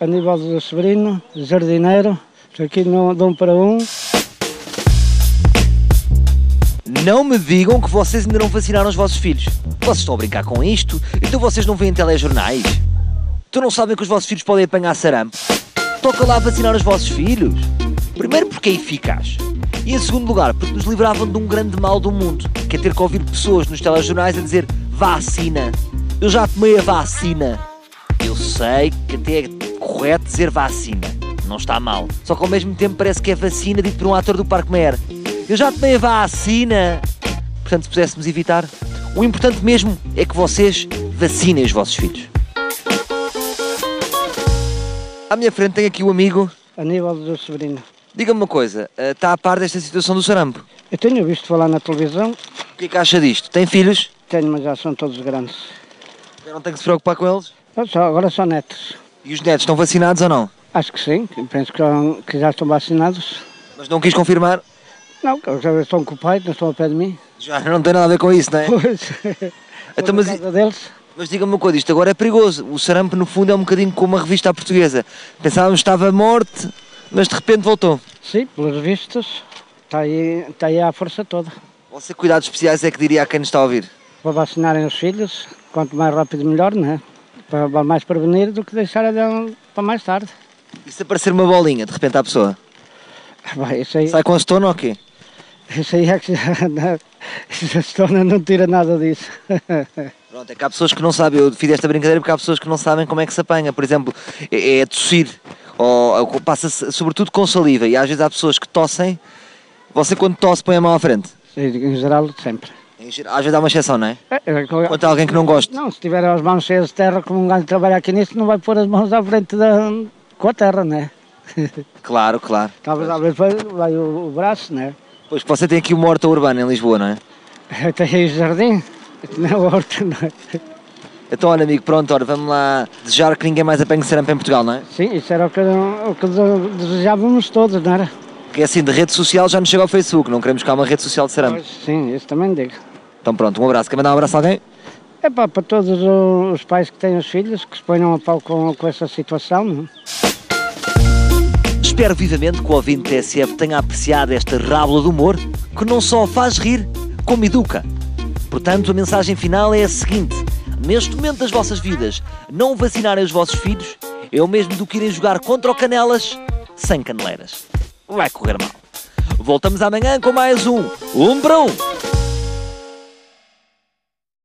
Aníbal do Severino, jardineiro, aqui no Dom para um. Não me digam que vocês ainda não vacinaram os vossos filhos. Vocês estão a brincar com isto? Então vocês não veem telejornais? Então não sabem que os vossos filhos podem apanhar sarampo? Toca lá vacinar os vossos filhos. Primeiro porque é eficaz. E em segundo lugar, porque nos livravam de um grande mal do mundo, que é ter que ouvir pessoas nos telejornais a dizer vacina. Eu já tomei a vacina. Eu sei que até é correto dizer vacina. Não está mal. Só que ao mesmo tempo parece que é vacina dito por um ator do Parque Mer. Eu já tomei a vacina! Portanto, se pudéssemos evitar, o importante mesmo é que vocês vacinem os vossos filhos. À minha frente tem aqui o amigo. Aníbal do Severino. Diga-me uma coisa, eh, está a par desta situação do sarampo? Eu tenho visto falar na televisão, O que é que acha disto? Tem filhos? tenho, mas já são todos grandes. Já não tem que se preocupar com eles? Ah, só- agora são netos. E os netos estão vacinados ou não? Acho que sim, que penso que, são- que já estão vacinados. Mas não quis confirmar? Não, que já estão com o pai, não estão ao pé de mim. Já não tem nada a ver com isso, não é? Pois. Vou Então, mas na e- casa deles. Mas diga-me uma coisa, isto agora é perigoso. O sarampo, no fundo, é um bocadinho como uma revista à portuguesa. Pensávamos que estava morte, mas de repente voltou. Sim, pelos vistos, está aí, está aí a força toda. Você, cuidados especiais é que diria a quem nos está a ouvir? Para vacinarem os filhos, quanto mais rápido melhor, não é? Para para mais prevenir do que deixar a dar para mais tarde. E se aparecer uma bolinha, de repente, à pessoa? Bem, isso, aí, Sai com a stone ou quê? isso aí é que já, não, isso a Estona não tira nada disso. Pronto, é que há pessoas que não sabem. Eu fiz esta brincadeira porque há pessoas que não sabem como é que se apanha. Por exemplo, é, é tossir. Ou, ou passa-se, sobretudo, com saliva. E às vezes há pessoas que tossem. Você, quando tosse, põe a mão à frente. Em geral, sempre. Em geral, Às vezes há uma exceção, não é? É, é que- Quanto a alguém que não gosta. Não, se tiver as mãos cheias de terra, como um gajo trabalha aqui nisso, não vai pôr as mãos à frente da, com a terra, né? Claro, claro. Talvez, talvez vai, vai o, o braço, né? Pois você tem aqui uma horta urbana em Lisboa, não é? Tem aí o jardim, não é o horto, não é? Então, olha, amigo, pronto, ora, vamos lá desejar que ninguém mais apanhe sarampo em Portugal, não é? Sim, isso era o que, o que desejávamos todos, não era? Porque assim, de rede social já nos chega ao Facebook, não queremos cá uma rede social de sarampo. Pois, sim, isso também digo. Então, pronto, um abraço. Quer mandar um abraço a alguém? É pá, para todos o- os pais que têm os filhos, que se ponham a pau com, com essa situação, não é? Espero vivamente que o ouvinte TSF tenha apreciado esta rábula de humor que não só faz rir, como educa. Portanto, a mensagem final é a seguinte: neste momento das vossas vidas, não vacinarem os vossos filhos é o mesmo do que irem jogar contra o Canelas sem caneleiras. Vai correr mal. Voltamos amanhã com mais um Um para Um!